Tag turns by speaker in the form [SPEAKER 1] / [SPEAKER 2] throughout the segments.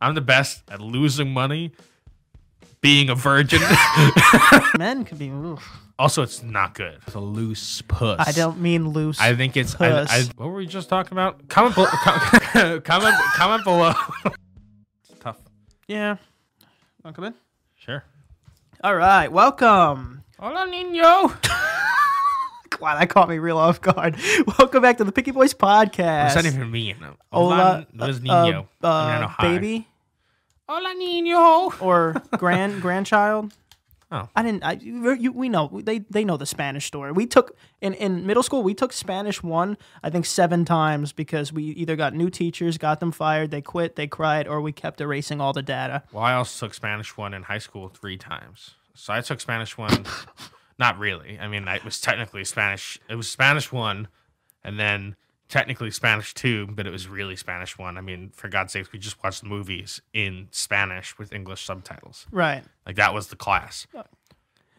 [SPEAKER 1] I'm the best at losing money, being a virgin.
[SPEAKER 2] Men could be. oof.
[SPEAKER 1] also, it's not good. It's a loose puss.
[SPEAKER 2] I don't mean loose.
[SPEAKER 1] I think it's. I, I,
[SPEAKER 2] Puss.
[SPEAKER 1] what were we just talking about? Comment, bel com- comment, comment below. it's tough.
[SPEAKER 2] yeah. Want to come in?
[SPEAKER 1] Sure.
[SPEAKER 2] All right. Welcome.
[SPEAKER 1] Hola, niño.
[SPEAKER 2] Wow, that caught me real off guard. Welcome back to the Picky Boys
[SPEAKER 1] What's
[SPEAKER 2] podcast.
[SPEAKER 1] that even mean?
[SPEAKER 2] Hola,
[SPEAKER 1] Hola, was
[SPEAKER 2] uh,
[SPEAKER 1] niño.
[SPEAKER 2] uh,
[SPEAKER 1] I mean, I know hi.
[SPEAKER 2] baby
[SPEAKER 1] Hola, niño.
[SPEAKER 2] or grand grandchild.
[SPEAKER 1] Oh.
[SPEAKER 2] I didn't. I, you, you- we know they they know the Spanish story. We took in in middle school. We took Spanish one, I think, seven times because we either got new teachers, got them fired, they quit, they cried, or we kept erasing all the data.
[SPEAKER 1] Well, I also took Spanish one in high school three times. So I took Spanish one, not really. I mean, I- it was technically Spanish. It was Spanish one, and then technically Spanish two, but it was really Spanish one. I mean, for God's sakes, we just watched movies in Spanish with English subtitles.
[SPEAKER 2] Right.
[SPEAKER 1] Like that was the class.
[SPEAKER 2] Oh.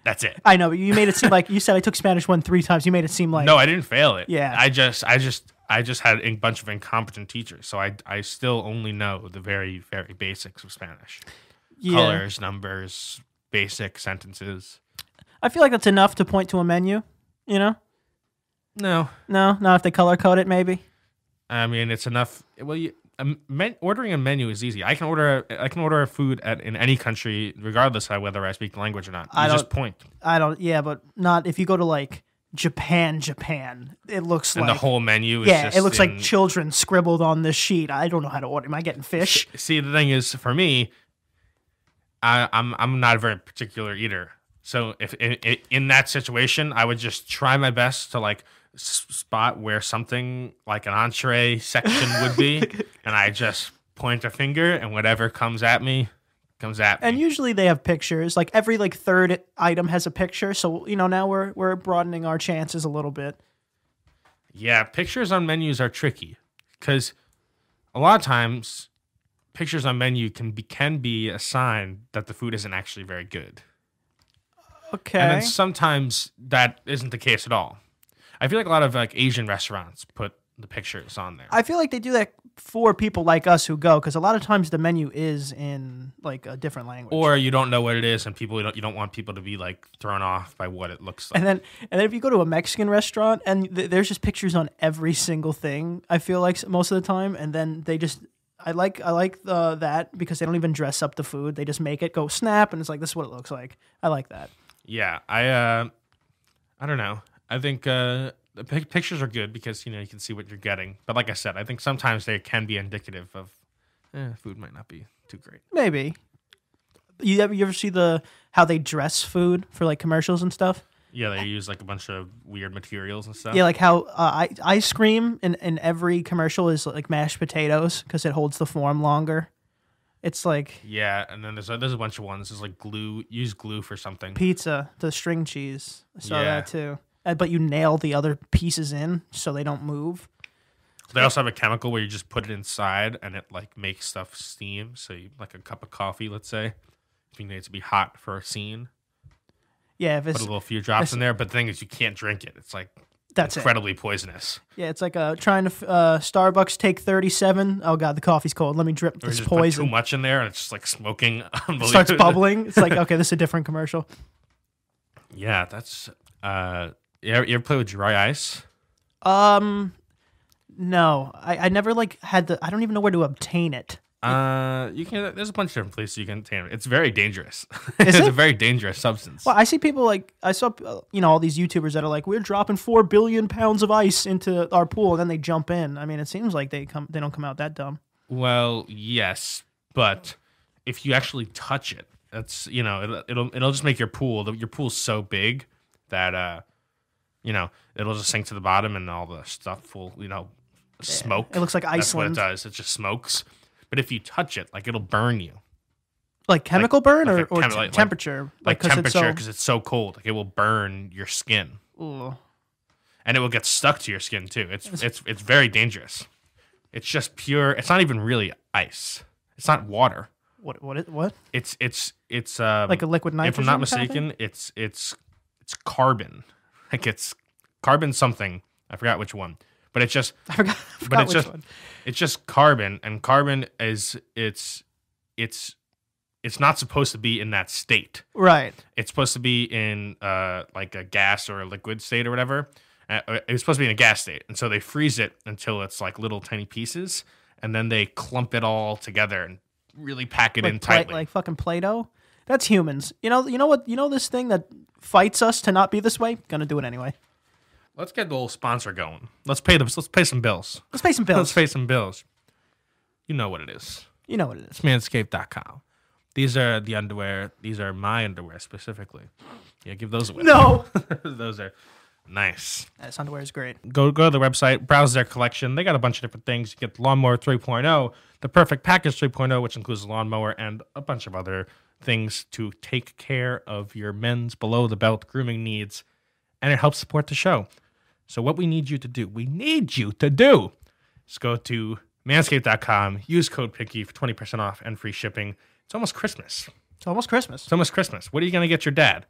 [SPEAKER 1] That's it.
[SPEAKER 2] I know, but you made it seem like you said I took Spanish one three times. You made it seem like
[SPEAKER 1] No, I didn't fail it.
[SPEAKER 2] Yeah.
[SPEAKER 1] I just, I just, I just had a bunch of incompetent teachers, so I, I still only know the very, very basics of Spanish:
[SPEAKER 2] yeah.
[SPEAKER 1] colors, numbers, basic sentences.
[SPEAKER 2] I feel like that's enough to point to a menu. You know?
[SPEAKER 1] No,
[SPEAKER 2] No, not if they color code it. Maybe.
[SPEAKER 1] I mean it's enough. Well, you, um, men, ordering a menu is easy. I can order I can order food at in any country, regardless of whether I speak the language or not. You
[SPEAKER 2] I
[SPEAKER 1] just
[SPEAKER 2] don't-
[SPEAKER 1] point,
[SPEAKER 2] I don't. Yeah, but not if you go to like Japan, Japan. It looks
[SPEAKER 1] and
[SPEAKER 2] like
[SPEAKER 1] the whole menu. Is
[SPEAKER 2] yeah,
[SPEAKER 1] just
[SPEAKER 2] it looks
[SPEAKER 1] in-
[SPEAKER 2] like children scribbled on this sheet. I don't know how to order. Am I getting fish?
[SPEAKER 1] See, the thing is, for me, I, I'm I'm not a very particular eater. So if in, in- in that situation, I would just try my best to like s- spot where something like an entree section would be, and I just point a finger, and whatever comes at me, comes at me.
[SPEAKER 2] And usually they have pictures. Like every like third item has a picture. So you know now we're we're broadening our chances a little bit.
[SPEAKER 1] Yeah, pictures on menus are tricky because a lot of times pictures on menu can be can be a sign that the food isn't actually very good,
[SPEAKER 2] Okay.
[SPEAKER 1] and then sometimes that isn't the case at all. I feel like a lot of like Asian restaurants put the pictures on there.
[SPEAKER 2] I feel like they do that for people like us who go because a lot of times the menu is in like a different language.
[SPEAKER 1] or you don't know what it is, and people you don't, you don't want people to be like thrown off by what it looks like.
[SPEAKER 2] and then and then if you go to a Mexican restaurant and th- there's just pictures on every single thing. I feel like s- most of the time, and then they just. I like I like the, that because they don't even dress up the food. They just make it go snap, and it's like this is what it looks like. I like that.
[SPEAKER 1] Yeah, I uh, I don't know. I think uh, the pic- pictures are good because you know you can see what you're getting. But like I said, I think sometimes they can be indicative of eh, food might not be too great.
[SPEAKER 2] Maybe. You ever you ever see the how they dress food for like commercials and stuff?
[SPEAKER 1] Yeah, they use like a bunch of weird materials and stuff.
[SPEAKER 2] Yeah, like how uh, I, ice cream in, in every commercial is like mashed potatoes because it holds the form longer. It's like
[SPEAKER 1] Yeah, and then there's a, there's a bunch of ones. There's like glue. Use glue for something.
[SPEAKER 2] pizza, the string cheese. I saw
[SPEAKER 1] Yeah.
[SPEAKER 2] that too. Uh, But you nail the other pieces in so they don't move.
[SPEAKER 1] They also have a chemical where you just put it inside and it like makes stuff steam. So you, like a cup of coffee, let's say, if you need it to be hot for a scene,
[SPEAKER 2] Yeah, if
[SPEAKER 1] put a
[SPEAKER 2] it's
[SPEAKER 1] little few drops in there. But the thing is, you can't drink it. It's like
[SPEAKER 2] that's it.
[SPEAKER 1] incredibly poisonous.
[SPEAKER 2] Yeah, it's like uh, trying to f- uh, Starbucks take thirty seven. Oh god, the coffee's cold. Let me drip
[SPEAKER 1] Or
[SPEAKER 2] this
[SPEAKER 1] just
[SPEAKER 2] poison.
[SPEAKER 1] Put too much in there, and it's just like smoking. Unbelievable.
[SPEAKER 2] Starts bubbling. It's like okay, this is a different commercial.
[SPEAKER 1] Yeah, that's. Uh, you ever, you ever play with dry ice?
[SPEAKER 2] Um, no, I, I never like had the. I don't even know where to obtain it.
[SPEAKER 1] Uh, you can. There's a bunch of different places you can tame it. It's very dangerous.
[SPEAKER 2] Is
[SPEAKER 1] it's
[SPEAKER 2] it?
[SPEAKER 1] a very dangerous substance.
[SPEAKER 2] Well, I see people like I saw uh, you know all these YouTubers that are like we're dropping four billion pounds of ice into our pool and then they jump in. I mean, it seems like they come they don't come out that dumb.
[SPEAKER 1] Well, yes, but if you actually touch it, that's you know it'll it'll, it'll just make your pool. Your pool's so big that uh, you know it'll just sink to the bottom, and all the stuff will you know smoke.
[SPEAKER 2] Eh, It looks like
[SPEAKER 1] That's what it
[SPEAKER 2] Iceland,
[SPEAKER 1] does. It just smokes. But if you touch it, like it'll burn you.
[SPEAKER 2] like chemical burn
[SPEAKER 1] like
[SPEAKER 2] or,
[SPEAKER 1] a
[SPEAKER 2] or
[SPEAKER 1] chem- like-
[SPEAKER 2] te-
[SPEAKER 1] like-
[SPEAKER 2] temperature,
[SPEAKER 1] like
[SPEAKER 2] 'cause it's so-
[SPEAKER 1] temperature because it's so cold. Like it will burn your skin,
[SPEAKER 2] Ugh.
[SPEAKER 1] and it will get stuck to your skin too. It's it's it's very dangerous. It's just pure. It's not even really ice. It's not water.
[SPEAKER 2] What what is- what
[SPEAKER 1] It's it's it's um,
[SPEAKER 2] like a liquid
[SPEAKER 1] if
[SPEAKER 2] nitrogen?
[SPEAKER 1] I'm not
[SPEAKER 2] kind of thing?
[SPEAKER 1] mistaken, it's it's it's carbon. Like it's carbon something. I forgot which one, but it's just
[SPEAKER 2] I forgot. I forgot
[SPEAKER 1] but it's
[SPEAKER 2] which
[SPEAKER 1] just
[SPEAKER 2] one.
[SPEAKER 1] it's just carbon, and carbon is it's it's it's not supposed to be in that state.
[SPEAKER 2] Right.
[SPEAKER 1] It's supposed to be in uh like a gas or a liquid state or whatever. Uh, It was supposed to be in a gas state, and so they freeze it until it's like little tiny pieces, and then they clump it all together and really pack it in
[SPEAKER 2] like, Pla-
[SPEAKER 1] tightly.
[SPEAKER 2] like fucking Play-Doh. That's humans. You know. You know what? You know this thing that fights us to not be this way. Gonna do it anyway.
[SPEAKER 1] Let's get the little sponsor going. Let's pay them. Let's pay some bills.
[SPEAKER 2] Let's pay some
[SPEAKER 1] Let's
[SPEAKER 2] bills.
[SPEAKER 1] pay some bills. You know what it is.
[SPEAKER 2] you know what it is.
[SPEAKER 1] It's manscaped.com. These are the underwear. These are my underwear specifically. Yeah, give those away.
[SPEAKER 2] No.
[SPEAKER 1] those are nice.
[SPEAKER 2] this underwear is great.
[SPEAKER 1] Go go to the website, browse their collection. They got a bunch of different things. You get the lawnmower 3.0, the perfect package 3.0, which includes a lawnmower and a bunch of other things to take care of your men's below the belt grooming needs, and it helps support the show. So what we need you to do, we need you to do is go to manscaped.com, use code PICKY for 20% off and free shipping. It's almost Christmas.
[SPEAKER 2] It's almost Christmas.
[SPEAKER 1] It's almost Christmas. What are you going to get your dad?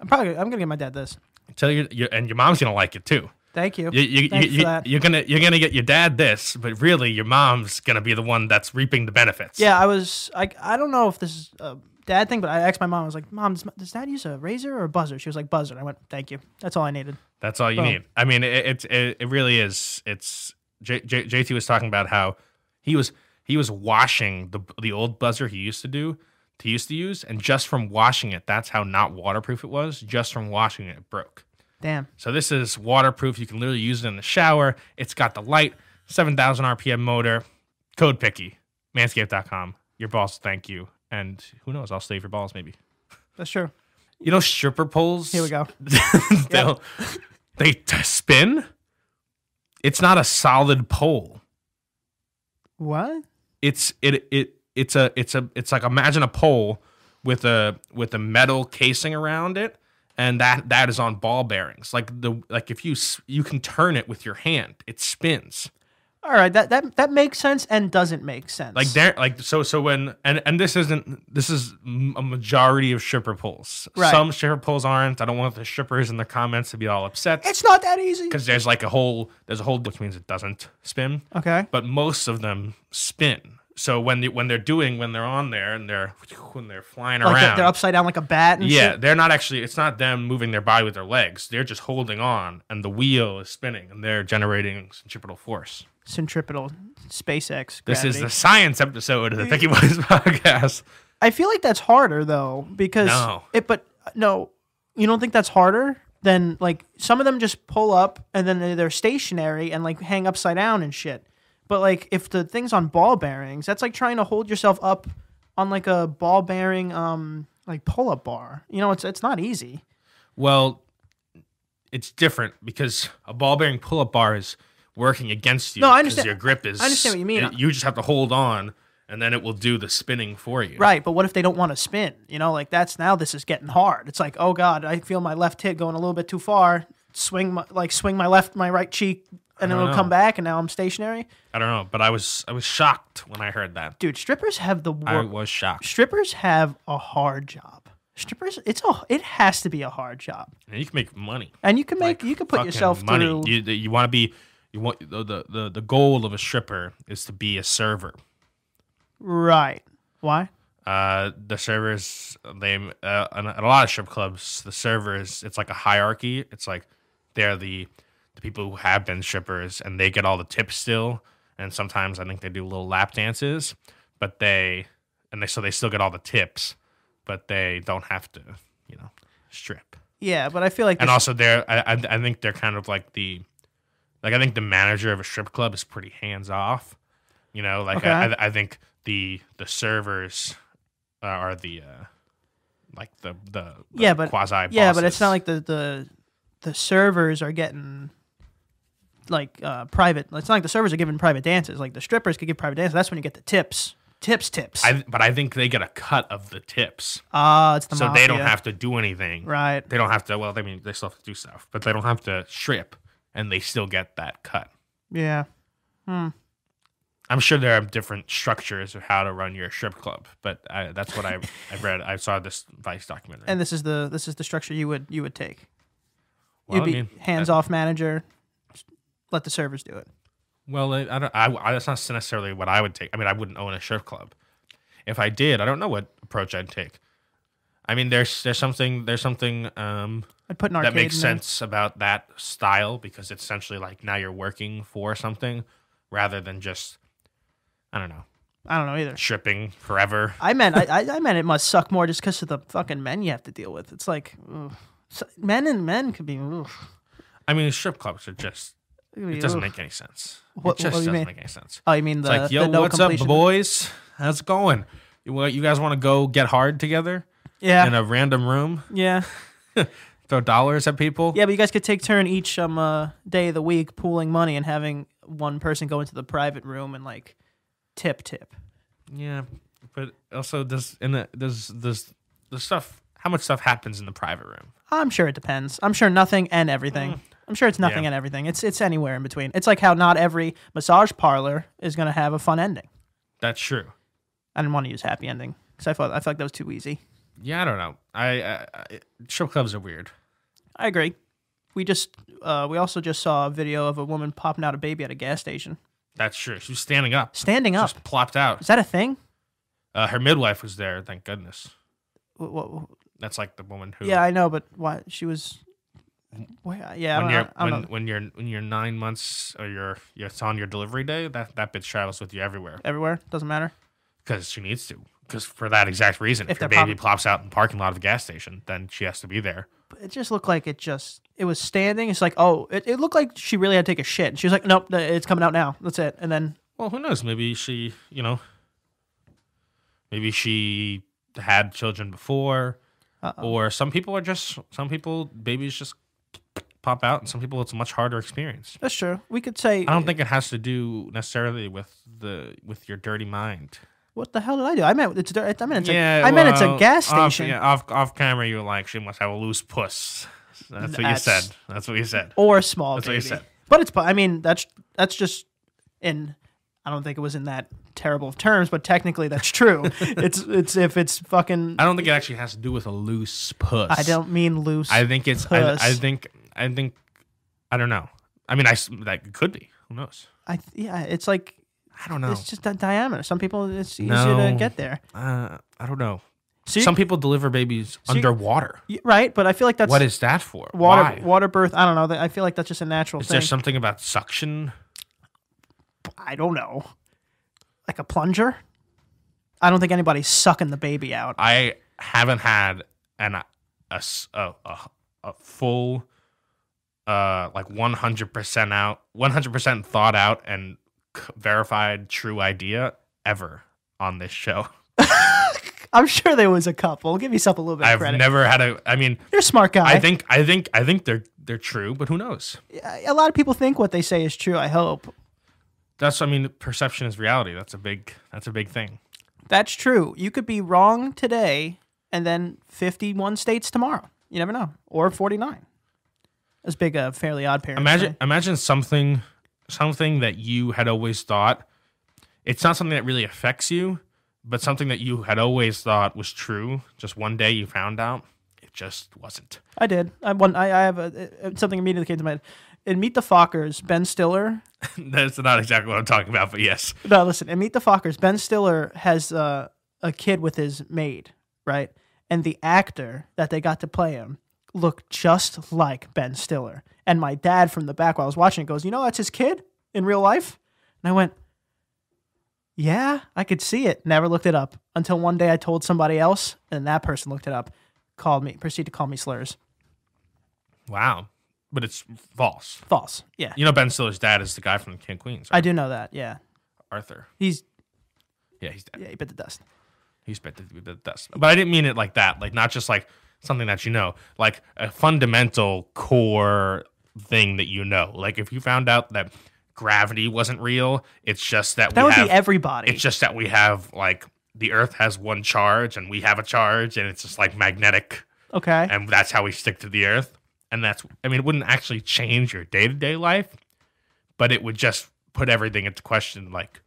[SPEAKER 2] I'm probably. I'm gonna get my dad this.
[SPEAKER 1] Tell your, your and your mom's going to like it too.
[SPEAKER 2] Thank you.
[SPEAKER 1] You, you,
[SPEAKER 2] Thanks
[SPEAKER 1] you,
[SPEAKER 2] for
[SPEAKER 1] you-
[SPEAKER 2] that.
[SPEAKER 1] you're gonna you're gonna get your dad this, but really your mom's gonna be the one that's reaping the benefits.
[SPEAKER 2] Yeah, I was. I I don't know if this is a dad thing, but I asked my mom. I was like, "Mom, does, does dad use a razor or a buzzer?" She was like, "Buzzer." I went, "Thank you. That's all I needed."
[SPEAKER 1] that's all you
[SPEAKER 2] Boom.
[SPEAKER 1] need. I mean, it, it's- it it really is. It's J, J, JT was talking about how he was he was washing the the old buzzer he used to do he used to use, and just from washing it, that's how not waterproof it was. Just from washing it, it broke.
[SPEAKER 2] Damn.
[SPEAKER 1] So this is waterproof. You can literally use it in the shower. It's got the light, 7,000 RPM motor. Code picky, manscaped.com. Your balls thank you. And who knows, I'll save your balls maybe.
[SPEAKER 2] That's true.
[SPEAKER 1] You know stripper poles?
[SPEAKER 2] Here we go.
[SPEAKER 1] they'll- They t- spin. It's not a solid pole.
[SPEAKER 2] What?
[SPEAKER 1] It's it it it's a it's a it's like imagine a pole with a with a metal casing around it and that that is on ball bearings. Like the like if you s- you can turn it with your hand. It spins.
[SPEAKER 2] All right. That that that makes sense and doesn't make sense.
[SPEAKER 1] like there like so so when and and this isn't this is m- a majority of stripper pulls
[SPEAKER 2] Right.
[SPEAKER 1] some stripper pulls aren't i don't want the strippers in the comments to be all upset
[SPEAKER 2] It's not that easy.
[SPEAKER 1] because there's like a whole there's a whole which means it doesn't spin
[SPEAKER 2] Okay.
[SPEAKER 1] but most of them spin so when they, when they're doing when they're on there and they're when they're flying
[SPEAKER 2] Like they're,
[SPEAKER 1] around
[SPEAKER 2] they're upside down like a bat. And
[SPEAKER 1] yeah
[SPEAKER 2] shit?
[SPEAKER 1] they're not actually it's not them moving their body with their legs they're just holding on and the wheel is spinning and they're generating centripetal force
[SPEAKER 2] Centripetal. SpaceX.
[SPEAKER 1] this is
[SPEAKER 2] gravity.
[SPEAKER 1] the science episode of the Picky Boys podcast.
[SPEAKER 2] I feel like that's harder though because
[SPEAKER 1] No.
[SPEAKER 2] it. But no, you don't think that's harder than like some of them just pull up and then they- they're stationary and like hang upside down and shit. But like if the thing's on ball bearings, that's like trying to hold yourself up on like a ball bearing um like pull up bar. You know, it's it's not easy.
[SPEAKER 1] Well, it's different because a ball bearing pull up bar is working against you.
[SPEAKER 2] No, I
[SPEAKER 1] 'cause
[SPEAKER 2] understand-
[SPEAKER 1] Your grip is.
[SPEAKER 2] I understand what you mean.
[SPEAKER 1] it- you just have to hold on, and then it will do the spinning for you.
[SPEAKER 2] Right, but what if they don't want to spin? You know, like that's now this is getting hard. It's like, oh god, I feel my left hip going a little bit too far. Swing my like swing my left my right cheek and
[SPEAKER 1] don't
[SPEAKER 2] it'll
[SPEAKER 1] know.
[SPEAKER 2] come back and now I'm stationary.
[SPEAKER 1] I don't know, but I was I was shocked when I heard that.
[SPEAKER 2] Dude, strippers have the
[SPEAKER 1] I
[SPEAKER 2] wor-
[SPEAKER 1] was shocked.
[SPEAKER 2] strippers have a hard job. Strippers, it's a it has to be a hard job.
[SPEAKER 1] And you can make money.
[SPEAKER 2] And you can make you can put
[SPEAKER 1] Fucking
[SPEAKER 2] yourself
[SPEAKER 1] money.
[SPEAKER 2] through
[SPEAKER 1] You you want to be you want the, the the the goal of a stripper is to be a server.
[SPEAKER 2] right. Why?
[SPEAKER 1] Uh, the servers they uh, in a in a lot of strip clubs the servers it's like a hierarchy it's like they're the the people who have been strippers and they get all the tips still and sometimes i think they do little lap dances but they and they so they still get all the tips but they don't have to you know strip
[SPEAKER 2] Yeah, but I feel like
[SPEAKER 1] and
[SPEAKER 2] this-
[SPEAKER 1] also they're I, I I think they're kind of like the like I think the manager of a strip club is pretty hands off. You know, like I,
[SPEAKER 2] Okay.
[SPEAKER 1] I I think the the servers uh, are the uh like the the, the
[SPEAKER 2] Yeah, but-
[SPEAKER 1] quasi
[SPEAKER 2] yeah, but it's not like the the the servers are getting like uh private. It's not like the servers are giving private dances. Like the strippers could give private dances. That's when you get the tips. Tips, tips.
[SPEAKER 1] I but I think they get a cut of the tips,
[SPEAKER 2] Ah, it's the
[SPEAKER 1] so they don't
[SPEAKER 2] mafia.
[SPEAKER 1] have to do anything.
[SPEAKER 2] right.
[SPEAKER 1] They don't have to. Well, I mean, they still have to do stuff, but they don't have to strip, and they still get that cut.
[SPEAKER 2] Yeah.
[SPEAKER 1] I'm sure there are different structures of how to run your strip club, but I, that's what I, I read. I saw this Vice documentary.
[SPEAKER 2] And this is the this is the structure you would you would take.
[SPEAKER 1] well, uh,
[SPEAKER 2] You'd be hands off manager. Let the servers do it.
[SPEAKER 1] Well, I I don't. I, I, that's not necessarily what I would take. I mean, I wouldn't own a strip club. If I did, I don't know what approach I'd take. I mean, there's there's something there's something um,
[SPEAKER 2] I'd put an
[SPEAKER 1] that
[SPEAKER 2] arcade.
[SPEAKER 1] makes
[SPEAKER 2] in there.
[SPEAKER 1] sense about that style because it's essentially like now you're working for something rather than just I don't know
[SPEAKER 2] I don't know either.
[SPEAKER 1] tripping forever.
[SPEAKER 2] I meant I, I, I meant it must suck more just because of the fucking men you have to deal with. It's like ugh. So- men and men could be. ugh.
[SPEAKER 1] I mean, strip clubs are just
[SPEAKER 2] It could be,
[SPEAKER 1] it doesn't
[SPEAKER 2] ugh.
[SPEAKER 1] make any sense.
[SPEAKER 2] What-
[SPEAKER 1] it just
[SPEAKER 2] what do you
[SPEAKER 1] doesn't
[SPEAKER 2] mean?
[SPEAKER 1] make any sense.
[SPEAKER 2] Oh, you mean the,
[SPEAKER 1] It's like, yo,
[SPEAKER 2] the no
[SPEAKER 1] what's up,
[SPEAKER 2] completion?
[SPEAKER 1] boys? How's it going? You, wa- you guys want to go get hard together
[SPEAKER 2] Yeah,
[SPEAKER 1] in a random room?
[SPEAKER 2] yeah,
[SPEAKER 1] Throw dollars at people?
[SPEAKER 2] yeah. But you guys could take turn each um uh, day of the week pooling money and having one person go into the private room and like tip tip.
[SPEAKER 1] Yeah, but also does in the does does the stuff? How much stuff happens in the private room?
[SPEAKER 2] I'm sure it depends. I'm sure nothing and everything. I'm sure it's nothing
[SPEAKER 1] Mm. Yeah.
[SPEAKER 2] and everything. It's it's anywhere in between. It's like how not every massage parlor is gonna have a fun ending.
[SPEAKER 1] That's true.
[SPEAKER 2] I didn't want to use happy ending because I thought I felt like that was too easy.
[SPEAKER 1] Yeah, I don't know. I, I, I strip clubs are weird.
[SPEAKER 2] I agree. We just uh, we also just saw a video of a woman popping out a baby at a gas station,
[SPEAKER 1] That's true. She was standing up,
[SPEAKER 2] standing up.
[SPEAKER 1] just plopped out.
[SPEAKER 2] Is that a thing?
[SPEAKER 1] Uh, her midwife was there. Thank goodness.
[SPEAKER 2] Wh- wh- wh-
[SPEAKER 1] That's like the woman who.
[SPEAKER 2] Yeah, I know, but why she was? Why yeah, I
[SPEAKER 1] When
[SPEAKER 2] don't,
[SPEAKER 1] you're
[SPEAKER 2] I don't
[SPEAKER 1] when,
[SPEAKER 2] know.
[SPEAKER 1] when you're when you're nine months or you're, you're it's on your delivery day, that that bitch travels with you everywhere
[SPEAKER 2] Everywhere doesn't matter.
[SPEAKER 1] because she needs to. Because for that exact reason, if,
[SPEAKER 2] If
[SPEAKER 1] your
[SPEAKER 2] they're
[SPEAKER 1] baby plops out in the parking lot of a gas station, then she has to be there.
[SPEAKER 2] But it just looked like it just it was standing. It's like oh, it, it looked like she really had to take a shit. And she was like, nope, th- it's coming out now. That's it. And then
[SPEAKER 1] Well, who knows? Maybe she, you know, maybe she had children before,
[SPEAKER 2] Uh-oh.
[SPEAKER 1] or some people are just some people babies just pop out, and some people it's a much harder experience.
[SPEAKER 2] that's true. We could say
[SPEAKER 1] I don't think it has to do necessarily with the with your dirty mind.
[SPEAKER 2] what the hell did I do? I meant it's dir- I meant it's
[SPEAKER 1] yeah,
[SPEAKER 2] a, I meant it's a
[SPEAKER 1] well,
[SPEAKER 2] gas
[SPEAKER 1] off-
[SPEAKER 2] station.
[SPEAKER 1] yeah, Off, off, camera, you were like, she must have a loose puss. That's what you
[SPEAKER 2] That's-
[SPEAKER 1] said. That's what you said.
[SPEAKER 2] or small
[SPEAKER 1] That's what
[SPEAKER 2] baby.
[SPEAKER 1] you said.
[SPEAKER 2] But it's. po- I mean, that's that's just in. I don't think it was in that terrible of terms, but technically that's true. it's it's if it's fucking.
[SPEAKER 1] I don't think it actually has to do with a loose puss.
[SPEAKER 2] I don't mean loose.
[SPEAKER 1] I think it's. I, I
[SPEAKER 2] Puss.
[SPEAKER 1] think. I think. I don't know. I mean, I s- that could be. Who knows?
[SPEAKER 2] I th- yeah, it's like
[SPEAKER 1] I don't know.
[SPEAKER 2] it's just that diameter. Some people it's easier to
[SPEAKER 1] No.
[SPEAKER 2] get there.
[SPEAKER 1] uh, I don't know.
[SPEAKER 2] See,
[SPEAKER 1] Some people deliver babies
[SPEAKER 2] you-
[SPEAKER 1] underwater.
[SPEAKER 2] y- right? But I feel like that's
[SPEAKER 1] What is that for?
[SPEAKER 2] water
[SPEAKER 1] Why?
[SPEAKER 2] water birth. I don't know. that- I feel like that's just a natural
[SPEAKER 1] is
[SPEAKER 2] thing.
[SPEAKER 1] there something about suction?
[SPEAKER 2] I don't know, like a plunger. I don't think anybody's sucking the baby out.
[SPEAKER 1] I haven't had an a s- a- a- a full uh like 100% out 100% thought out and c- verified true idea ever on this show.
[SPEAKER 2] I'm sure there was a couple. Give yourself a little bit of
[SPEAKER 1] I've
[SPEAKER 2] credit.
[SPEAKER 1] never had a I mean
[SPEAKER 2] You're a smart guy.
[SPEAKER 1] I think I think I think they're they're true, but who knows?
[SPEAKER 2] a lot of people think what they say is true. I hope
[SPEAKER 1] That's I mean perception is reality. That's a big that's a big thing.
[SPEAKER 2] that's true. You could be wrong today, and then fifty-one states tomorrow. You never know, or forty-nine. As big a fairly odd parent.
[SPEAKER 1] imagine imagine something something that you had always thought it's not something that really affects you but something that you had always thought was true just one day you found out it just wasn't
[SPEAKER 2] I did. I one. I, I have a, uh, something immediately came to mind. In Meet the Fockers, Ben Stiller.
[SPEAKER 1] that's not exactly what i'm talking about but yes
[SPEAKER 2] No, listen. In Meet the Fockers, Ben Stiller has uh, a kid with his maid, right? And the actor that they got to play him looked just like Ben Stiller. And my dad from the back while I was watching it goes, "You know, that's his kid in real life." And I went, "Yeah, I could see it." Never looked it up until one day I told somebody else, and that person looked it up, called me, proceeded to call me slurs.
[SPEAKER 1] wow but it's false
[SPEAKER 2] False. Yeah,
[SPEAKER 1] you know ben stiller's dad is the guy from king of queens
[SPEAKER 2] I do know that. Yeah.
[SPEAKER 1] arthur
[SPEAKER 2] He's
[SPEAKER 1] yeah he's dead
[SPEAKER 2] yeah, he bit the dust.
[SPEAKER 1] he's bit the, the dust but i didn't mean it like that like not just like something that you know like a fundamental core thing that you know like if you found out that gravity wasn't real it's just that,
[SPEAKER 2] That
[SPEAKER 1] we
[SPEAKER 2] would
[SPEAKER 1] have
[SPEAKER 2] be everybody.
[SPEAKER 1] it's just that we have like the earth has one charge and we have a charge and it's just like magnetic
[SPEAKER 2] okay.
[SPEAKER 1] and that's how we stick to the earth and that's i mean it wouldn't actually change your day-to-day life but it would just put everything into question like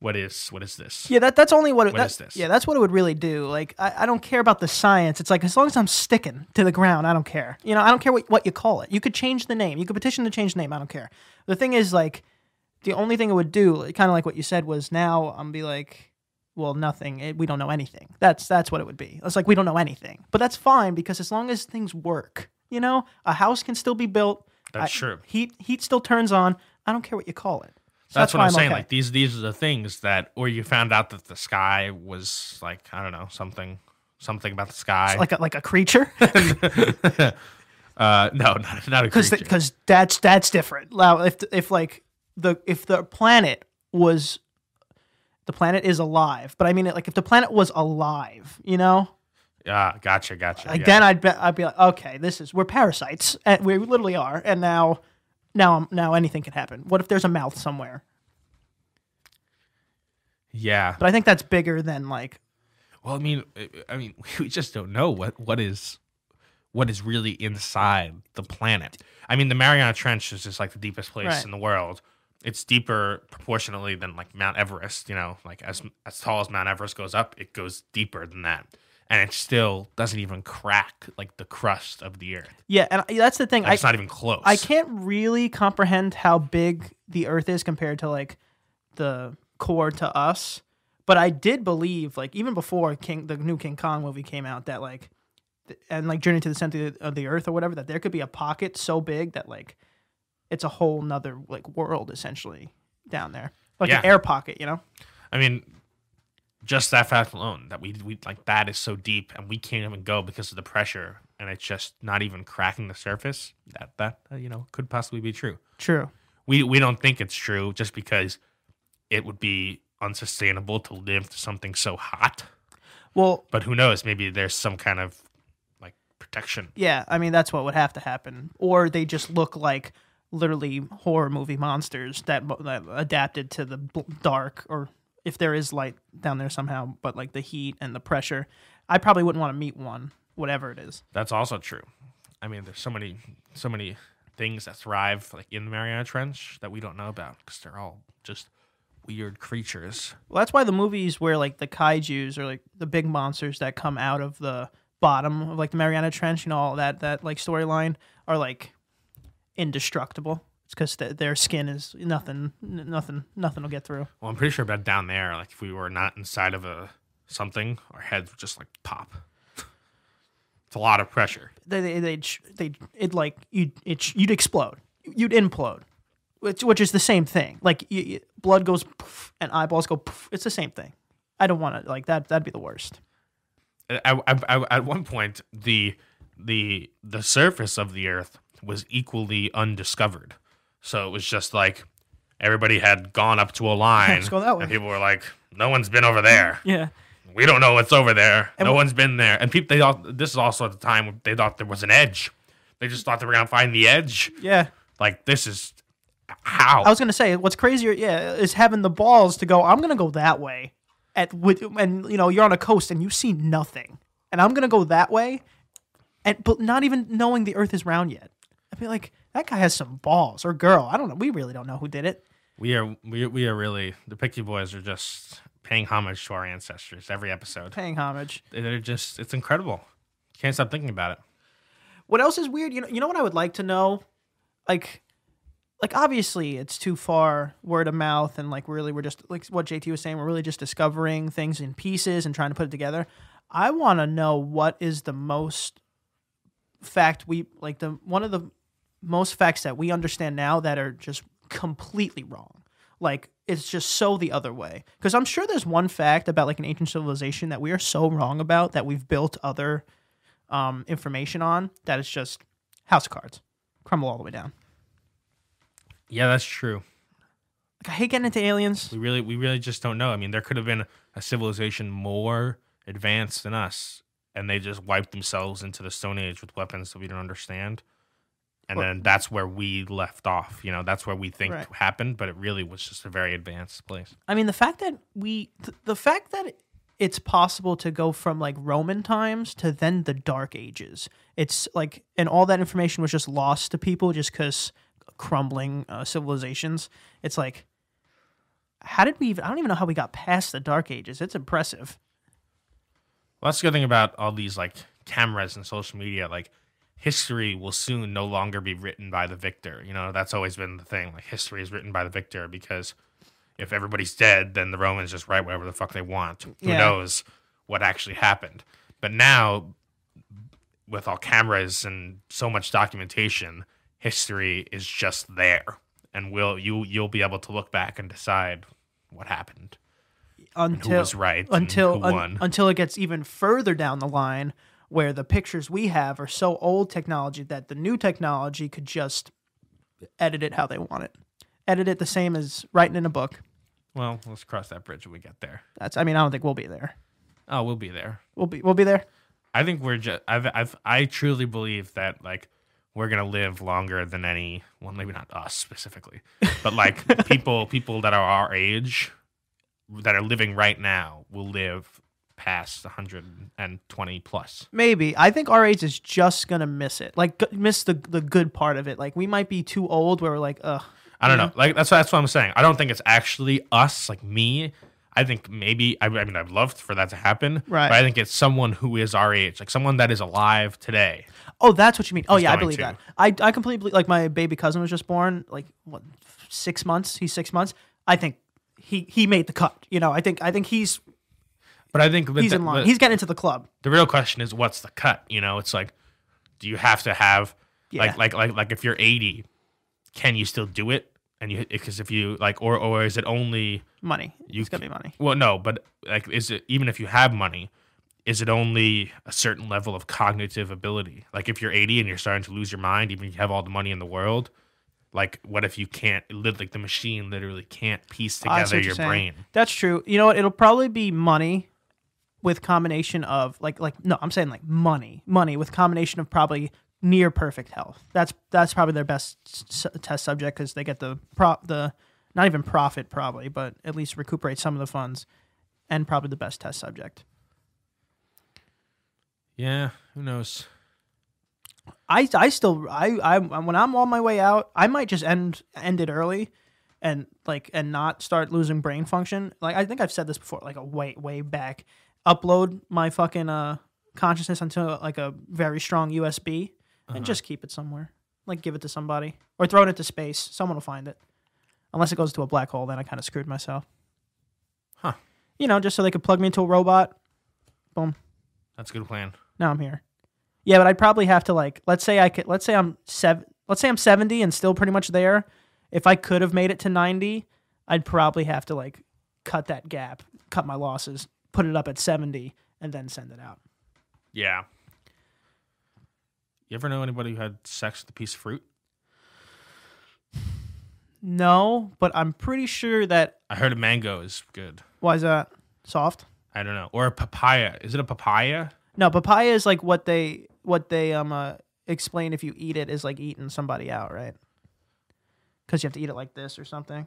[SPEAKER 1] what is what is this
[SPEAKER 2] Yeah, that, that's only what. It,
[SPEAKER 1] What
[SPEAKER 2] that-
[SPEAKER 1] is this?
[SPEAKER 2] Yeah, that's what it would really do. Like, I, I don't care about the science. It's like as long as I'm sticking to the ground, I don't care. You know, I don't care what, what you call it. You could change the name. You could petition to change the name. I don't care. The thing is, like, the only thing it would do, kind of like what you said, was now I'm be like, well nothing it, we don't know anything that's that's what it would be it's like we don't know anything but that's fine because as long as things work you know a house can still be built
[SPEAKER 1] That's
[SPEAKER 2] I-
[SPEAKER 1] true.
[SPEAKER 2] heat heat still turns on i don't care what you call it So
[SPEAKER 1] that's, what
[SPEAKER 2] why
[SPEAKER 1] I'm saying.
[SPEAKER 2] okay.
[SPEAKER 1] Like these these are the things that, or you found out that the sky was like I don't know something something about the sky.
[SPEAKER 2] like a, like a creature
[SPEAKER 1] uh, no, not, not a
[SPEAKER 2] because
[SPEAKER 1] creature.
[SPEAKER 2] because that's that's different. Now, if if like the if the planet was the planet is alive, but I mean it like if the planet was alive, you know,
[SPEAKER 1] Ah, gotcha, gotcha.
[SPEAKER 2] like
[SPEAKER 1] yeah.
[SPEAKER 2] then I'd be, I'd be like, okay, this is we're parasites, and we literally are, and now now I'm- now anything can happen. What if there's a mouth somewhere?
[SPEAKER 1] yeah.
[SPEAKER 2] But I think that's bigger than like
[SPEAKER 1] Well, I mean, I- I mean, we just don't know what what is what is really inside the planet. I mean, the Mariana Trench is just like the deepest place
[SPEAKER 2] Right.
[SPEAKER 1] in the world. It's deeper proportionally than like Mount Everest. You know, like as as tall as Mount Everest goes up, it goes deeper than that, and it still doesn't even crack like the crust of the earth.
[SPEAKER 2] yeah, and I- that's the thing.
[SPEAKER 1] Like,
[SPEAKER 2] I
[SPEAKER 1] it's not even close.
[SPEAKER 2] I can't really comprehend how big the Earth is compared to like the core to us. But I did believe, like even before King, the new King Kong movie came out, that like, th- and like Journey to the Center of the Earth or whatever, that there could be a pocket so big that like, it's a whole nother like world essentially down there, like an
[SPEAKER 1] Yeah.
[SPEAKER 2] air pocket, you know?
[SPEAKER 1] I mean, just that fact alone that we we like that is so deep and we can't even go because of the pressure and it's just not even cracking the surface. That that uh, you know could possibly be true.
[SPEAKER 2] True.
[SPEAKER 1] We we don't think it's true just because it would be unsustainable to live to something so hot.
[SPEAKER 2] Well,
[SPEAKER 1] But who knows? Maybe there's some kind of like protection.
[SPEAKER 2] yeah, I mean that's what would have to happen, or they just look like literally horror movie monsters that, mo- that adapted to the bl- dark, or if there is light down there somehow, but like the heat and the pressure. I probably wouldn't want to meet one, whatever it is.
[SPEAKER 1] That's also true. I mean, there's so many so many things that thrive like in the Mariana Trench that we don't know about because they're all just weird creatures.
[SPEAKER 2] Well, that's why the movies where like the kaiju's or like the big monsters that come out of the bottom of like the Mariana Trench and all that that like storyline are like indestructible. It's because th- their skin is nothing, n- nothing, nothing will get through.
[SPEAKER 1] Well, I'm pretty sure about down there. Like if we were not inside of a something, our heads would just like pop. it's a lot of pressure.
[SPEAKER 2] they they they'd, sh- they'd it like you'd it sh- you'd explode, you'd implode, which which is the same thing. Like you, you- blood goes poof and eyeballs go poof. It's the same thing. I don't want to like that. That'd be the worst.
[SPEAKER 1] I, I, I, at one point, the the the surface of the Earth was equally undiscovered. So it was just like everybody had gone up to a line,
[SPEAKER 2] Let's go that way.
[SPEAKER 1] and people were like, "No one's been over there.
[SPEAKER 2] Yeah,
[SPEAKER 1] We don't know what's over there.
[SPEAKER 2] And
[SPEAKER 1] no
[SPEAKER 2] wh-
[SPEAKER 1] one's been there." And people, they thought this is also at the time when they thought there was an edge. They just thought they were gonna find the edge.
[SPEAKER 2] yeah.
[SPEAKER 1] Like this is how
[SPEAKER 2] I was gonna say what's crazier, yeah, is having the balls to go. I'm gonna go that way, at with and you know you're on a coast and you see nothing, and I'm gonna go that way, and but not even knowing the Earth is round yet. I'd be like, that guy has some balls or girl. I don't know. We really don't know who did it.
[SPEAKER 1] We are we, we are really the Picky Boys are just paying homage to our ancestors every episode.
[SPEAKER 2] Paying homage.
[SPEAKER 1] They're just it's incredible. Can't stop thinking about it.
[SPEAKER 2] What else is weird? You know, you know what I would like to know, like, like obviously it's too far word of mouth and like really we're just like what JT was saying. We're really just discovering things in pieces and trying to put it together. I want to know what is the most fact we like the one of the most facts that we understand now that are just completely wrong. Like it's just so the other way. Because I'm sure there's one fact about like an ancient civilization that we are so wrong about that we've built other um, information on that is just house of cards crumble all the way down.
[SPEAKER 1] Yeah, that's true.
[SPEAKER 2] Like I hate getting into aliens.
[SPEAKER 1] We really we really just don't know. I mean, there could have been a civilization more advanced than us, and they just wiped themselves into the Stone Age with weapons that we don't understand. And
[SPEAKER 2] Well-
[SPEAKER 1] then that's where we left off. You know, that's where we think
[SPEAKER 2] Right.
[SPEAKER 1] happened, but it really was just a very advanced place.
[SPEAKER 2] I mean, the fact that we, th- the fact that it's possible to go from like Roman times to then the Dark Ages. It's like, and all that information was just lost to people just because crumbling uh, civilizations. It's like, how did we even? I don't even know how we got past the Dark Ages. It's impressive.
[SPEAKER 1] Well, that's the good thing about all these like cameras and social media. Like, history will soon no longer be written by the victor. You know, that's always been the thing. Like, history is written by the victor because if everybody's dead, then the Romans just write whatever the fuck they want. Who
[SPEAKER 2] Yeah.
[SPEAKER 1] knows what actually happened? But now, with all cameras and so much documentation, history is just there, and will you you'll be able to look back and decide what happened, and who
[SPEAKER 2] until
[SPEAKER 1] was right, and
[SPEAKER 2] until
[SPEAKER 1] who
[SPEAKER 2] un-
[SPEAKER 1] won.
[SPEAKER 2] until it gets even further down the line where the pictures we have are so old technology that the new technology could just edit it how they want it edit it the same as writing in a book
[SPEAKER 1] well, let's cross that bridge when we get there.
[SPEAKER 2] that's i mean i don't think we'll be there
[SPEAKER 1] Oh, we'll be there.
[SPEAKER 2] we'll be we'll be there
[SPEAKER 1] I think we're just. I've. I've. I truly believe that like we're gonna live longer than any. Well, maybe not us specifically, but like people. People that are our age, that are living right now, will live past 120 plus.
[SPEAKER 2] maybe i think our age is just gonna miss it like g- miss the the good part of it like we might be too old where we're like ugh
[SPEAKER 1] I don't know.
[SPEAKER 2] Mm-hmm.
[SPEAKER 1] Like that's. That's what I'm saying. I don't think it's actually us. Like me. I think maybe. I, I mean, I'd love for that to happen.
[SPEAKER 2] Right.
[SPEAKER 1] But I think it's someone who is our age, like someone that is alive today.
[SPEAKER 2] Oh, that's what you mean. Oh, yeah, I
[SPEAKER 1] going
[SPEAKER 2] believe
[SPEAKER 1] to.
[SPEAKER 2] that. I, I completely like my baby cousin was just born like what six months. He's six months. I think he he made the cut. You know, I think I think he's
[SPEAKER 1] But I think
[SPEAKER 2] he's in line. He's getting into the club.
[SPEAKER 1] the real question is what's the cut you know it's like do you have to have
[SPEAKER 2] Yeah.
[SPEAKER 1] like like like like if you're 80 can you still do it and you because if you like or or is it only
[SPEAKER 2] Money.
[SPEAKER 1] You
[SPEAKER 2] it's
[SPEAKER 1] ca-
[SPEAKER 2] gonna be money.
[SPEAKER 1] well no but like is it even if you have money is it only a certain level of cognitive ability like if you're 80 and you're starting to lose your mind even if you have all the money in the world like what if you can't lit- like the machine literally can't piece
[SPEAKER 2] Ah, I see
[SPEAKER 1] together
[SPEAKER 2] what
[SPEAKER 1] your
[SPEAKER 2] you're saying.
[SPEAKER 1] brain
[SPEAKER 2] That's true. You know what? It'll probably be money with combination of like like no, I'm saying like money, money with combination of probably near perfect health. That's that's probably their best s- s- test subject because they get the prop the not even profit probably, but at least recuperate some of the funds, and probably the best test subject.
[SPEAKER 1] yeah who knows
[SPEAKER 2] I I still I I when I'm on my way out, I might just end end it early, and like and not start losing brain function. Like I think I've said this before, like a way way back, upload my fucking uh consciousness onto like a very strong USB and just keep it somewhere. Like give it to somebody or throw it into space. Someone will find it. Unless it goes to a black hole, then I kind of screwed myself.
[SPEAKER 1] Huh.
[SPEAKER 2] You know, just so they could plug me into a robot. Boom
[SPEAKER 1] that's a good plan
[SPEAKER 2] now I'm here. Yeah, but I'd probably have to like let's say I could let's say I'm seven let's say I'm seventy and still pretty much there. If I could have made it to ninety, I'd probably have to like cut that gap, cut my losses, put it up at seventy, and then send it out.
[SPEAKER 1] Yeah. You ever know anybody who had sex with a piece of fruit?
[SPEAKER 2] No, but I'm pretty sure that
[SPEAKER 1] I heard a mango is good.
[SPEAKER 2] why is that soft?
[SPEAKER 1] I don't know. Or a papaya. Is it a papaya?
[SPEAKER 2] No, papaya is like what they what they um uh, explain if you eat it is like eating somebody out, right? Because you have to eat it like this or something.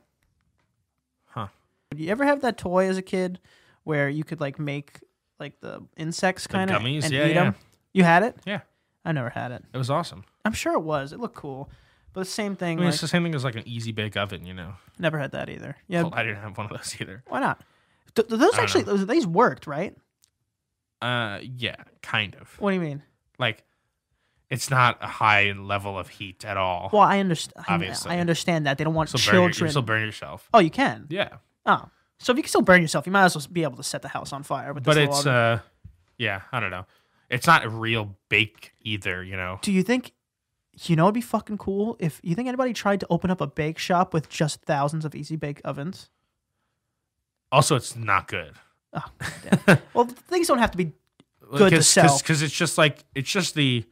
[SPEAKER 1] Huh.
[SPEAKER 2] Did you ever have that toy as a kid where you could like make like the insects kind of
[SPEAKER 1] gummies?
[SPEAKER 2] and
[SPEAKER 1] Yeah,
[SPEAKER 2] eat
[SPEAKER 1] yeah.
[SPEAKER 2] them? You had it?
[SPEAKER 1] Yeah.
[SPEAKER 2] I never had it.
[SPEAKER 1] It was awesome.
[SPEAKER 2] I'm sure it was. It looked cool, but the same
[SPEAKER 1] I
[SPEAKER 2] thing.
[SPEAKER 1] mean,
[SPEAKER 2] Like,
[SPEAKER 1] it's the same thing as like an easy bake oven, you know?
[SPEAKER 2] never had that either. Yeah.
[SPEAKER 1] Well, I didn't have one of those either.
[SPEAKER 2] Why not? Th- th- those
[SPEAKER 1] I don't
[SPEAKER 2] actually those, these worked, right?
[SPEAKER 1] Uh, yeah, kind of.
[SPEAKER 2] What do you mean?
[SPEAKER 1] Like, it's not a high level of heat at all.
[SPEAKER 2] Well, I understand.
[SPEAKER 1] Obviously.
[SPEAKER 2] I understand that they don't want
[SPEAKER 1] Still burn your- you
[SPEAKER 2] children.
[SPEAKER 1] still burn yourself.
[SPEAKER 2] oh, you can.
[SPEAKER 1] Yeah.
[SPEAKER 2] Oh, so if you can still burn yourself, you might as well be able to set the house on fire. With this
[SPEAKER 1] But
[SPEAKER 2] little
[SPEAKER 1] it's,
[SPEAKER 2] oven.
[SPEAKER 1] uh, yeah, I don't know. It's not a real bake either, you know?
[SPEAKER 2] Do you think, you know, it'd be fucking cool if you think anybody tried to open up a bake shop with just thousands of easy bake ovens?
[SPEAKER 1] Also, it's not good.
[SPEAKER 2] Oh, goddamn. well, things don't have to be. good to sell.
[SPEAKER 1] because it's just like it's just the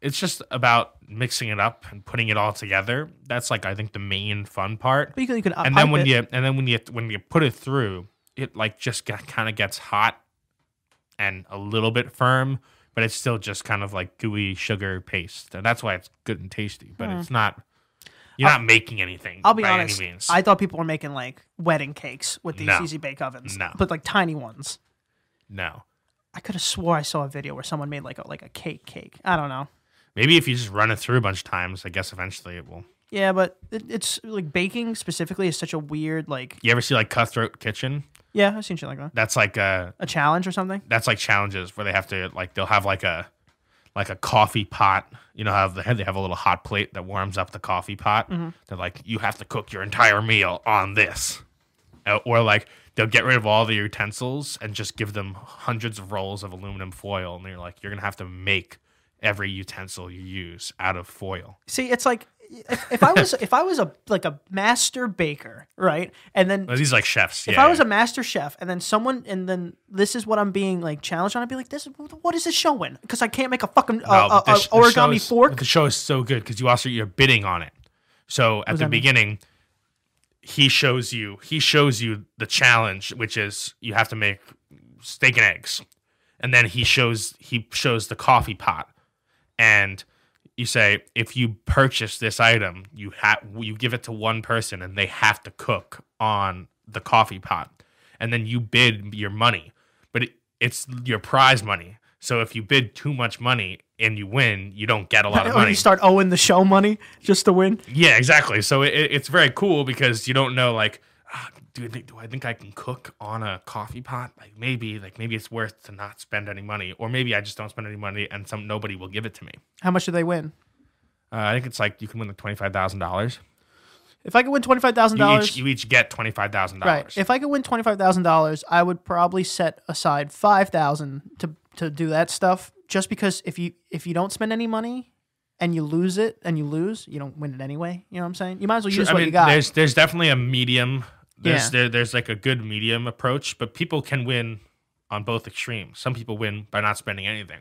[SPEAKER 1] it's just about mixing it up and putting it all together that's like i think the main fun part
[SPEAKER 2] But you could, you could uh,
[SPEAKER 1] and then when you and then when you when you put it through it like just kind of gets hot and a little bit firm but it's still just kind of like gooey sugar paste and that's why it's good and tasty but it's not you're not making anything
[SPEAKER 2] Hmm. I'll be
[SPEAKER 1] by
[SPEAKER 2] honest.
[SPEAKER 1] any means
[SPEAKER 2] I thought people were making like wedding cakes with these
[SPEAKER 1] No.
[SPEAKER 2] easy bake ovens,
[SPEAKER 1] No.
[SPEAKER 2] but like tiny ones.
[SPEAKER 1] no
[SPEAKER 2] I could have swore I saw a video where someone made like a like a cake cake. I don't know.
[SPEAKER 1] maybe if you just run it through a bunch of times i guess eventually it will
[SPEAKER 2] Yeah, but it, it's like baking specifically is such a weird like.
[SPEAKER 1] you ever see like cutthroat kitchen
[SPEAKER 2] Yeah, I've seen shit like that.
[SPEAKER 1] that's like uh
[SPEAKER 2] A challenge or something.
[SPEAKER 1] that's like challenges where they have to like they'll have like a like a coffee pot you know how they have, they have a little
[SPEAKER 2] Mm-hmm.
[SPEAKER 1] hot plate that warms up the coffee pot they're like you have to cook your entire meal on this Uh, Or like they'll get rid of all the utensils and just give them hundreds of rolls of aluminum foil, and you're like, you're gonna have to make every utensil you use out of foil.
[SPEAKER 2] See, it's like if, if I was if I was a like a master baker, right? And then
[SPEAKER 1] Well, These like chefs.
[SPEAKER 2] if
[SPEAKER 1] yeah,
[SPEAKER 2] I was
[SPEAKER 1] yeah.
[SPEAKER 2] a master chef and then someone and then this is what I'm being like challenged on, I'd be like, this what is this showing? Because I can't make a fucking
[SPEAKER 1] No,
[SPEAKER 2] uh, uh,
[SPEAKER 1] but the
[SPEAKER 2] uh,
[SPEAKER 1] sh- the show
[SPEAKER 2] origami
[SPEAKER 1] is-
[SPEAKER 2] fork.
[SPEAKER 1] The show is so good because you also you're bidding on it. So at the
[SPEAKER 2] that mean?
[SPEAKER 1] beginning, he shows you he shows you the challenge, which is you have to make steak and eggs, and then he shows he shows the coffee pot, and you say if you purchase this item, you have you give it to one person and they have to cook on the coffee pot, and then you bid your money, but it, it's your prize money. So if you bid too much money and you win, you don't get a lot of
[SPEAKER 2] Or
[SPEAKER 1] money.
[SPEAKER 2] Oh, you start owing the show money just to win.
[SPEAKER 1] Yeah, exactly. So it, it- it's very cool because you don't know like, ah, do I think do I think I can cook on a coffee pot? Like maybe like maybe it's worth to not spend any money, or maybe I just don't spend any money and some nobody will give it to me.
[SPEAKER 2] How much do they win?
[SPEAKER 1] Uh, I think it's like you can win like twenty five thousand dollars.
[SPEAKER 2] If I could win twenty five thousand
[SPEAKER 1] You each
[SPEAKER 2] dollars,
[SPEAKER 1] you each get twenty five thousand
[SPEAKER 2] right?
[SPEAKER 1] dollars.
[SPEAKER 2] If I could win twenty five thousand dollars, I would probably set aside five thousand to to do that stuff. Just because if you if you don't spend any money and you lose it and you lose, you don't win it anyway. You know what I'm saying? You might as well use
[SPEAKER 1] I
[SPEAKER 2] what
[SPEAKER 1] mean,
[SPEAKER 2] you got.
[SPEAKER 1] there's there's definitely a medium. There's
[SPEAKER 2] Yeah.
[SPEAKER 1] there, there's like a good medium approach, but people can win on both extremes. Some people win by not spending anything,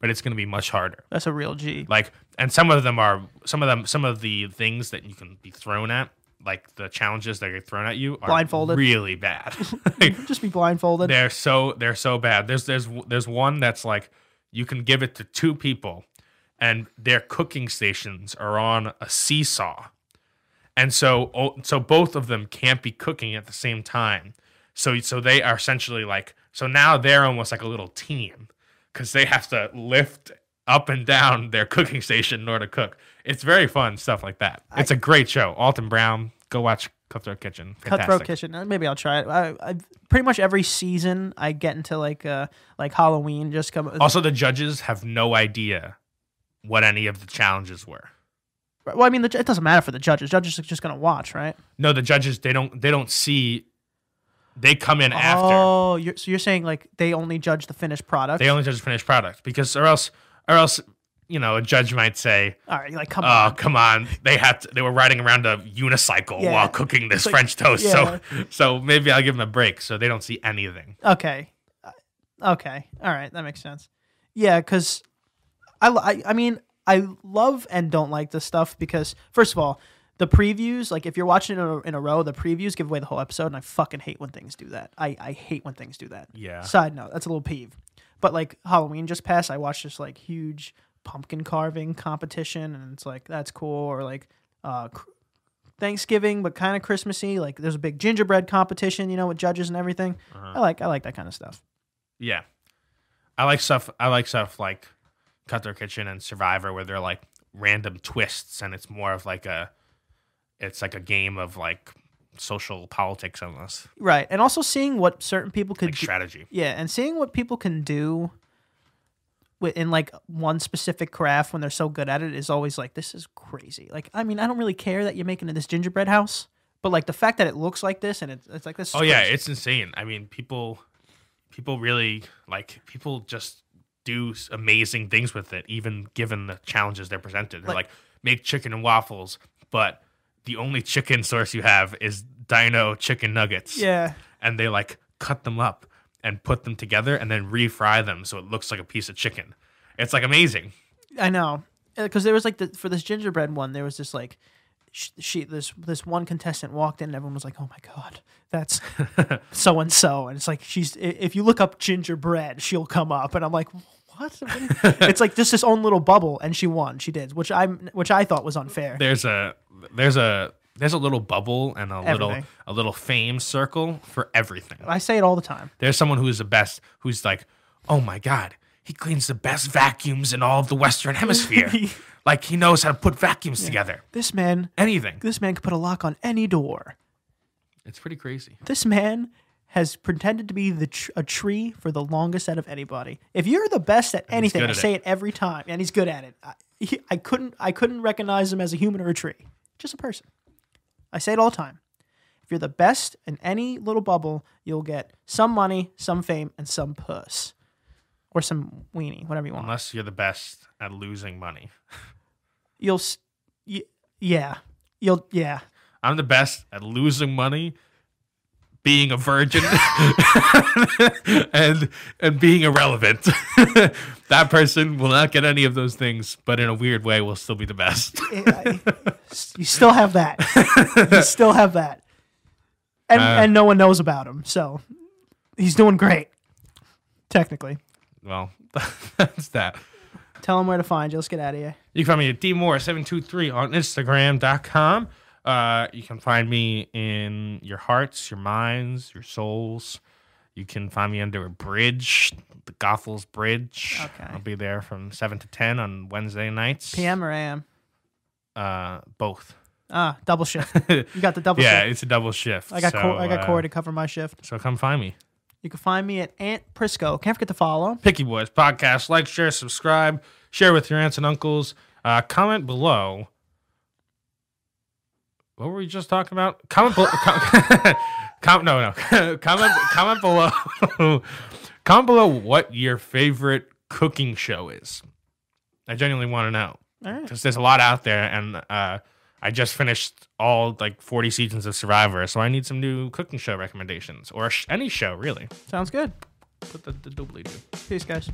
[SPEAKER 1] but it's going to be much harder.
[SPEAKER 2] That's a real G.
[SPEAKER 1] like and some of them are some of them some of the things that you can be thrown at like the challenges that get thrown at you are
[SPEAKER 2] Blindfolded.
[SPEAKER 1] really bad Like,
[SPEAKER 2] Just be blindfolded.
[SPEAKER 1] they're so they're so bad there's there's there's one that's like you can give it to two people and their cooking stations are on a seesaw and so oh, so both of them can't be cooking at the same time so so they are essentially like so now they're almost like a little team because they have to lift up and down their cooking station in order to cook it's very fun stuff like that it's a great show alton brown go watch cutthroat kitchen
[SPEAKER 2] Cutthroat
[SPEAKER 1] Fantastic.
[SPEAKER 2] Kitchen. Uh, Maybe I'll try it. I, I pretty much every season I get into like uh like Halloween just come.
[SPEAKER 1] Also, the judges have no idea what any of the challenges were.
[SPEAKER 2] well, I mean, the, it doesn't matter for the judges. Judges are just gonna watch, right?
[SPEAKER 1] No, the judges they don't they don't see. They come in after.
[SPEAKER 2] Oh, you're, so you're saying like they only judge the finished product?
[SPEAKER 1] They only judge finished product because or else or else you know a judge might say,
[SPEAKER 2] All right, like come
[SPEAKER 1] "Oh,
[SPEAKER 2] on.
[SPEAKER 1] come on, they had to, they were riding around a unicycle
[SPEAKER 2] Yeah.
[SPEAKER 1] while cooking this
[SPEAKER 2] It's like-
[SPEAKER 1] French toast." So so maybe I'll give them a break so they don't see anything.
[SPEAKER 2] Okay, Uh, okay, all right, that makes sense. Yeah, because I, li- I I mean I love and don't like this stuff because first of all. The previews, like if you're watching it in a, in a row, the previews give away the whole episode, and I fucking hate when things do that. I, I hate when things do that.
[SPEAKER 1] Yeah.
[SPEAKER 2] Side note, that's a little peeve. But like Halloween just passed, I watched this like huge pumpkin carving competition, and it's like that's cool. Or like uh, cr- Thanksgiving, but kind of Christmassy. Like there's a big gingerbread competition, you know, with judges and everything. I like I like that kind of stuff.
[SPEAKER 1] Yeah. I like stuff I like stuff like Cutler Kitchen and Survivor where they're like random twists and it's more of like a it's like a game of like social politics almost.
[SPEAKER 2] Right, and also seeing what certain people could
[SPEAKER 1] Like
[SPEAKER 2] do-
[SPEAKER 1] strategy.
[SPEAKER 2] Yeah, and seeing what people can do wi- in like one specific craft when they're so good at it is always like this is crazy. Like I mean, I don't really care that you're making this gingerbread house, but like the fact that it looks like this and it's, it's like this. is
[SPEAKER 1] Oh yeah,
[SPEAKER 2] crazy.
[SPEAKER 1] it's insane. I mean, people people really like people just do s- amazing things with it even given the challenges they're presented. They're
[SPEAKER 2] Like-
[SPEAKER 1] like, make chicken and waffles, but the only chicken source you have is dino chicken nuggets.
[SPEAKER 2] yeah.
[SPEAKER 1] and they like cut them up and put them together and then refry them so it looks like a piece of chicken. It's like amazing.
[SPEAKER 2] I know, because there was like the for this gingerbread one, there was this like sh- she this this one contestant walked in and everyone was like, "Oh my god, that's so and so," and it's like she's i- if you look up gingerbread, she'll come up, and I'm like. What? it's like just this own little bubble, and she won. She did, which I am which I thought was unfair.
[SPEAKER 1] There's a there's a there's a little bubble and a little
[SPEAKER 2] Everything.
[SPEAKER 1] a little fame circle for everything.
[SPEAKER 2] I say it all the time.
[SPEAKER 1] There's someone who is the best who's like, "Oh my god, he cleans the best vacuums in all of the western hemisphere." like he knows how to put vacuums together.
[SPEAKER 2] This man,
[SPEAKER 1] Anything.
[SPEAKER 2] this man could put a lock on any door.
[SPEAKER 1] It's pretty crazy.
[SPEAKER 2] This man has pretended to be the tr- a tree for the longest out of anybody. If you're the best at anything,
[SPEAKER 1] good
[SPEAKER 2] I
[SPEAKER 1] at
[SPEAKER 2] say it. every time, and he's good at it. I, he, I couldn't I couldn't recognize him as a human or a tree, just a person. I say it all the time. If you're the best in any little bubble, you'll get some money, some fame, and some puss. Or some weenie, whatever you want.
[SPEAKER 1] Unless you're the best at losing money.
[SPEAKER 2] You'll, s- y- yeah, you'll, yeah.
[SPEAKER 1] I'm the best at losing money, being a virgin, and and being irrelevant. that person will not get any of those things, but in a weird way, will still be the best.
[SPEAKER 2] I- s- you still have that. You still have that. And
[SPEAKER 1] Uh.
[SPEAKER 2] and no one knows about him, so he's doing great. Technically,
[SPEAKER 1] well, that's that.
[SPEAKER 2] tell him where to find you. Let's get out of here.
[SPEAKER 1] You can find me at dmore723 on Instagram.com. Uh, you can find me in your hearts, your minds, your souls. You can find me under a bridge, the Gothels Bridge.
[SPEAKER 2] Okay.
[SPEAKER 1] I'll be there from 7 to 10 on Wednesday nights.
[SPEAKER 2] PM or AM?
[SPEAKER 1] Uh, both.
[SPEAKER 2] Ah, double shift.
[SPEAKER 1] yeah,
[SPEAKER 2] You got the double shift.
[SPEAKER 1] it's a double shift.
[SPEAKER 2] I got
[SPEAKER 1] so,
[SPEAKER 2] Cor- I got
[SPEAKER 1] uh,
[SPEAKER 2] Corey to cover my shift.
[SPEAKER 1] so come find me.
[SPEAKER 2] You can find me at Aunt Prisco. Can't forget to follow.
[SPEAKER 1] Picky Boys podcast. Like, share, subscribe, share with your aunts and uncles. Uh, comment below. What were we just talking about? Comment below. com- com- no, no. comment comment below. comment below what your favorite cooking show is. I genuinely want to know
[SPEAKER 2] All right.
[SPEAKER 1] because there's a lot out there, and uh, I just finished all like 40 seasons of Survivor, so I need some new cooking show recommendations or sh- any show really.
[SPEAKER 2] Sounds good.
[SPEAKER 1] Put the, the doobly doo.
[SPEAKER 2] Peace, guys.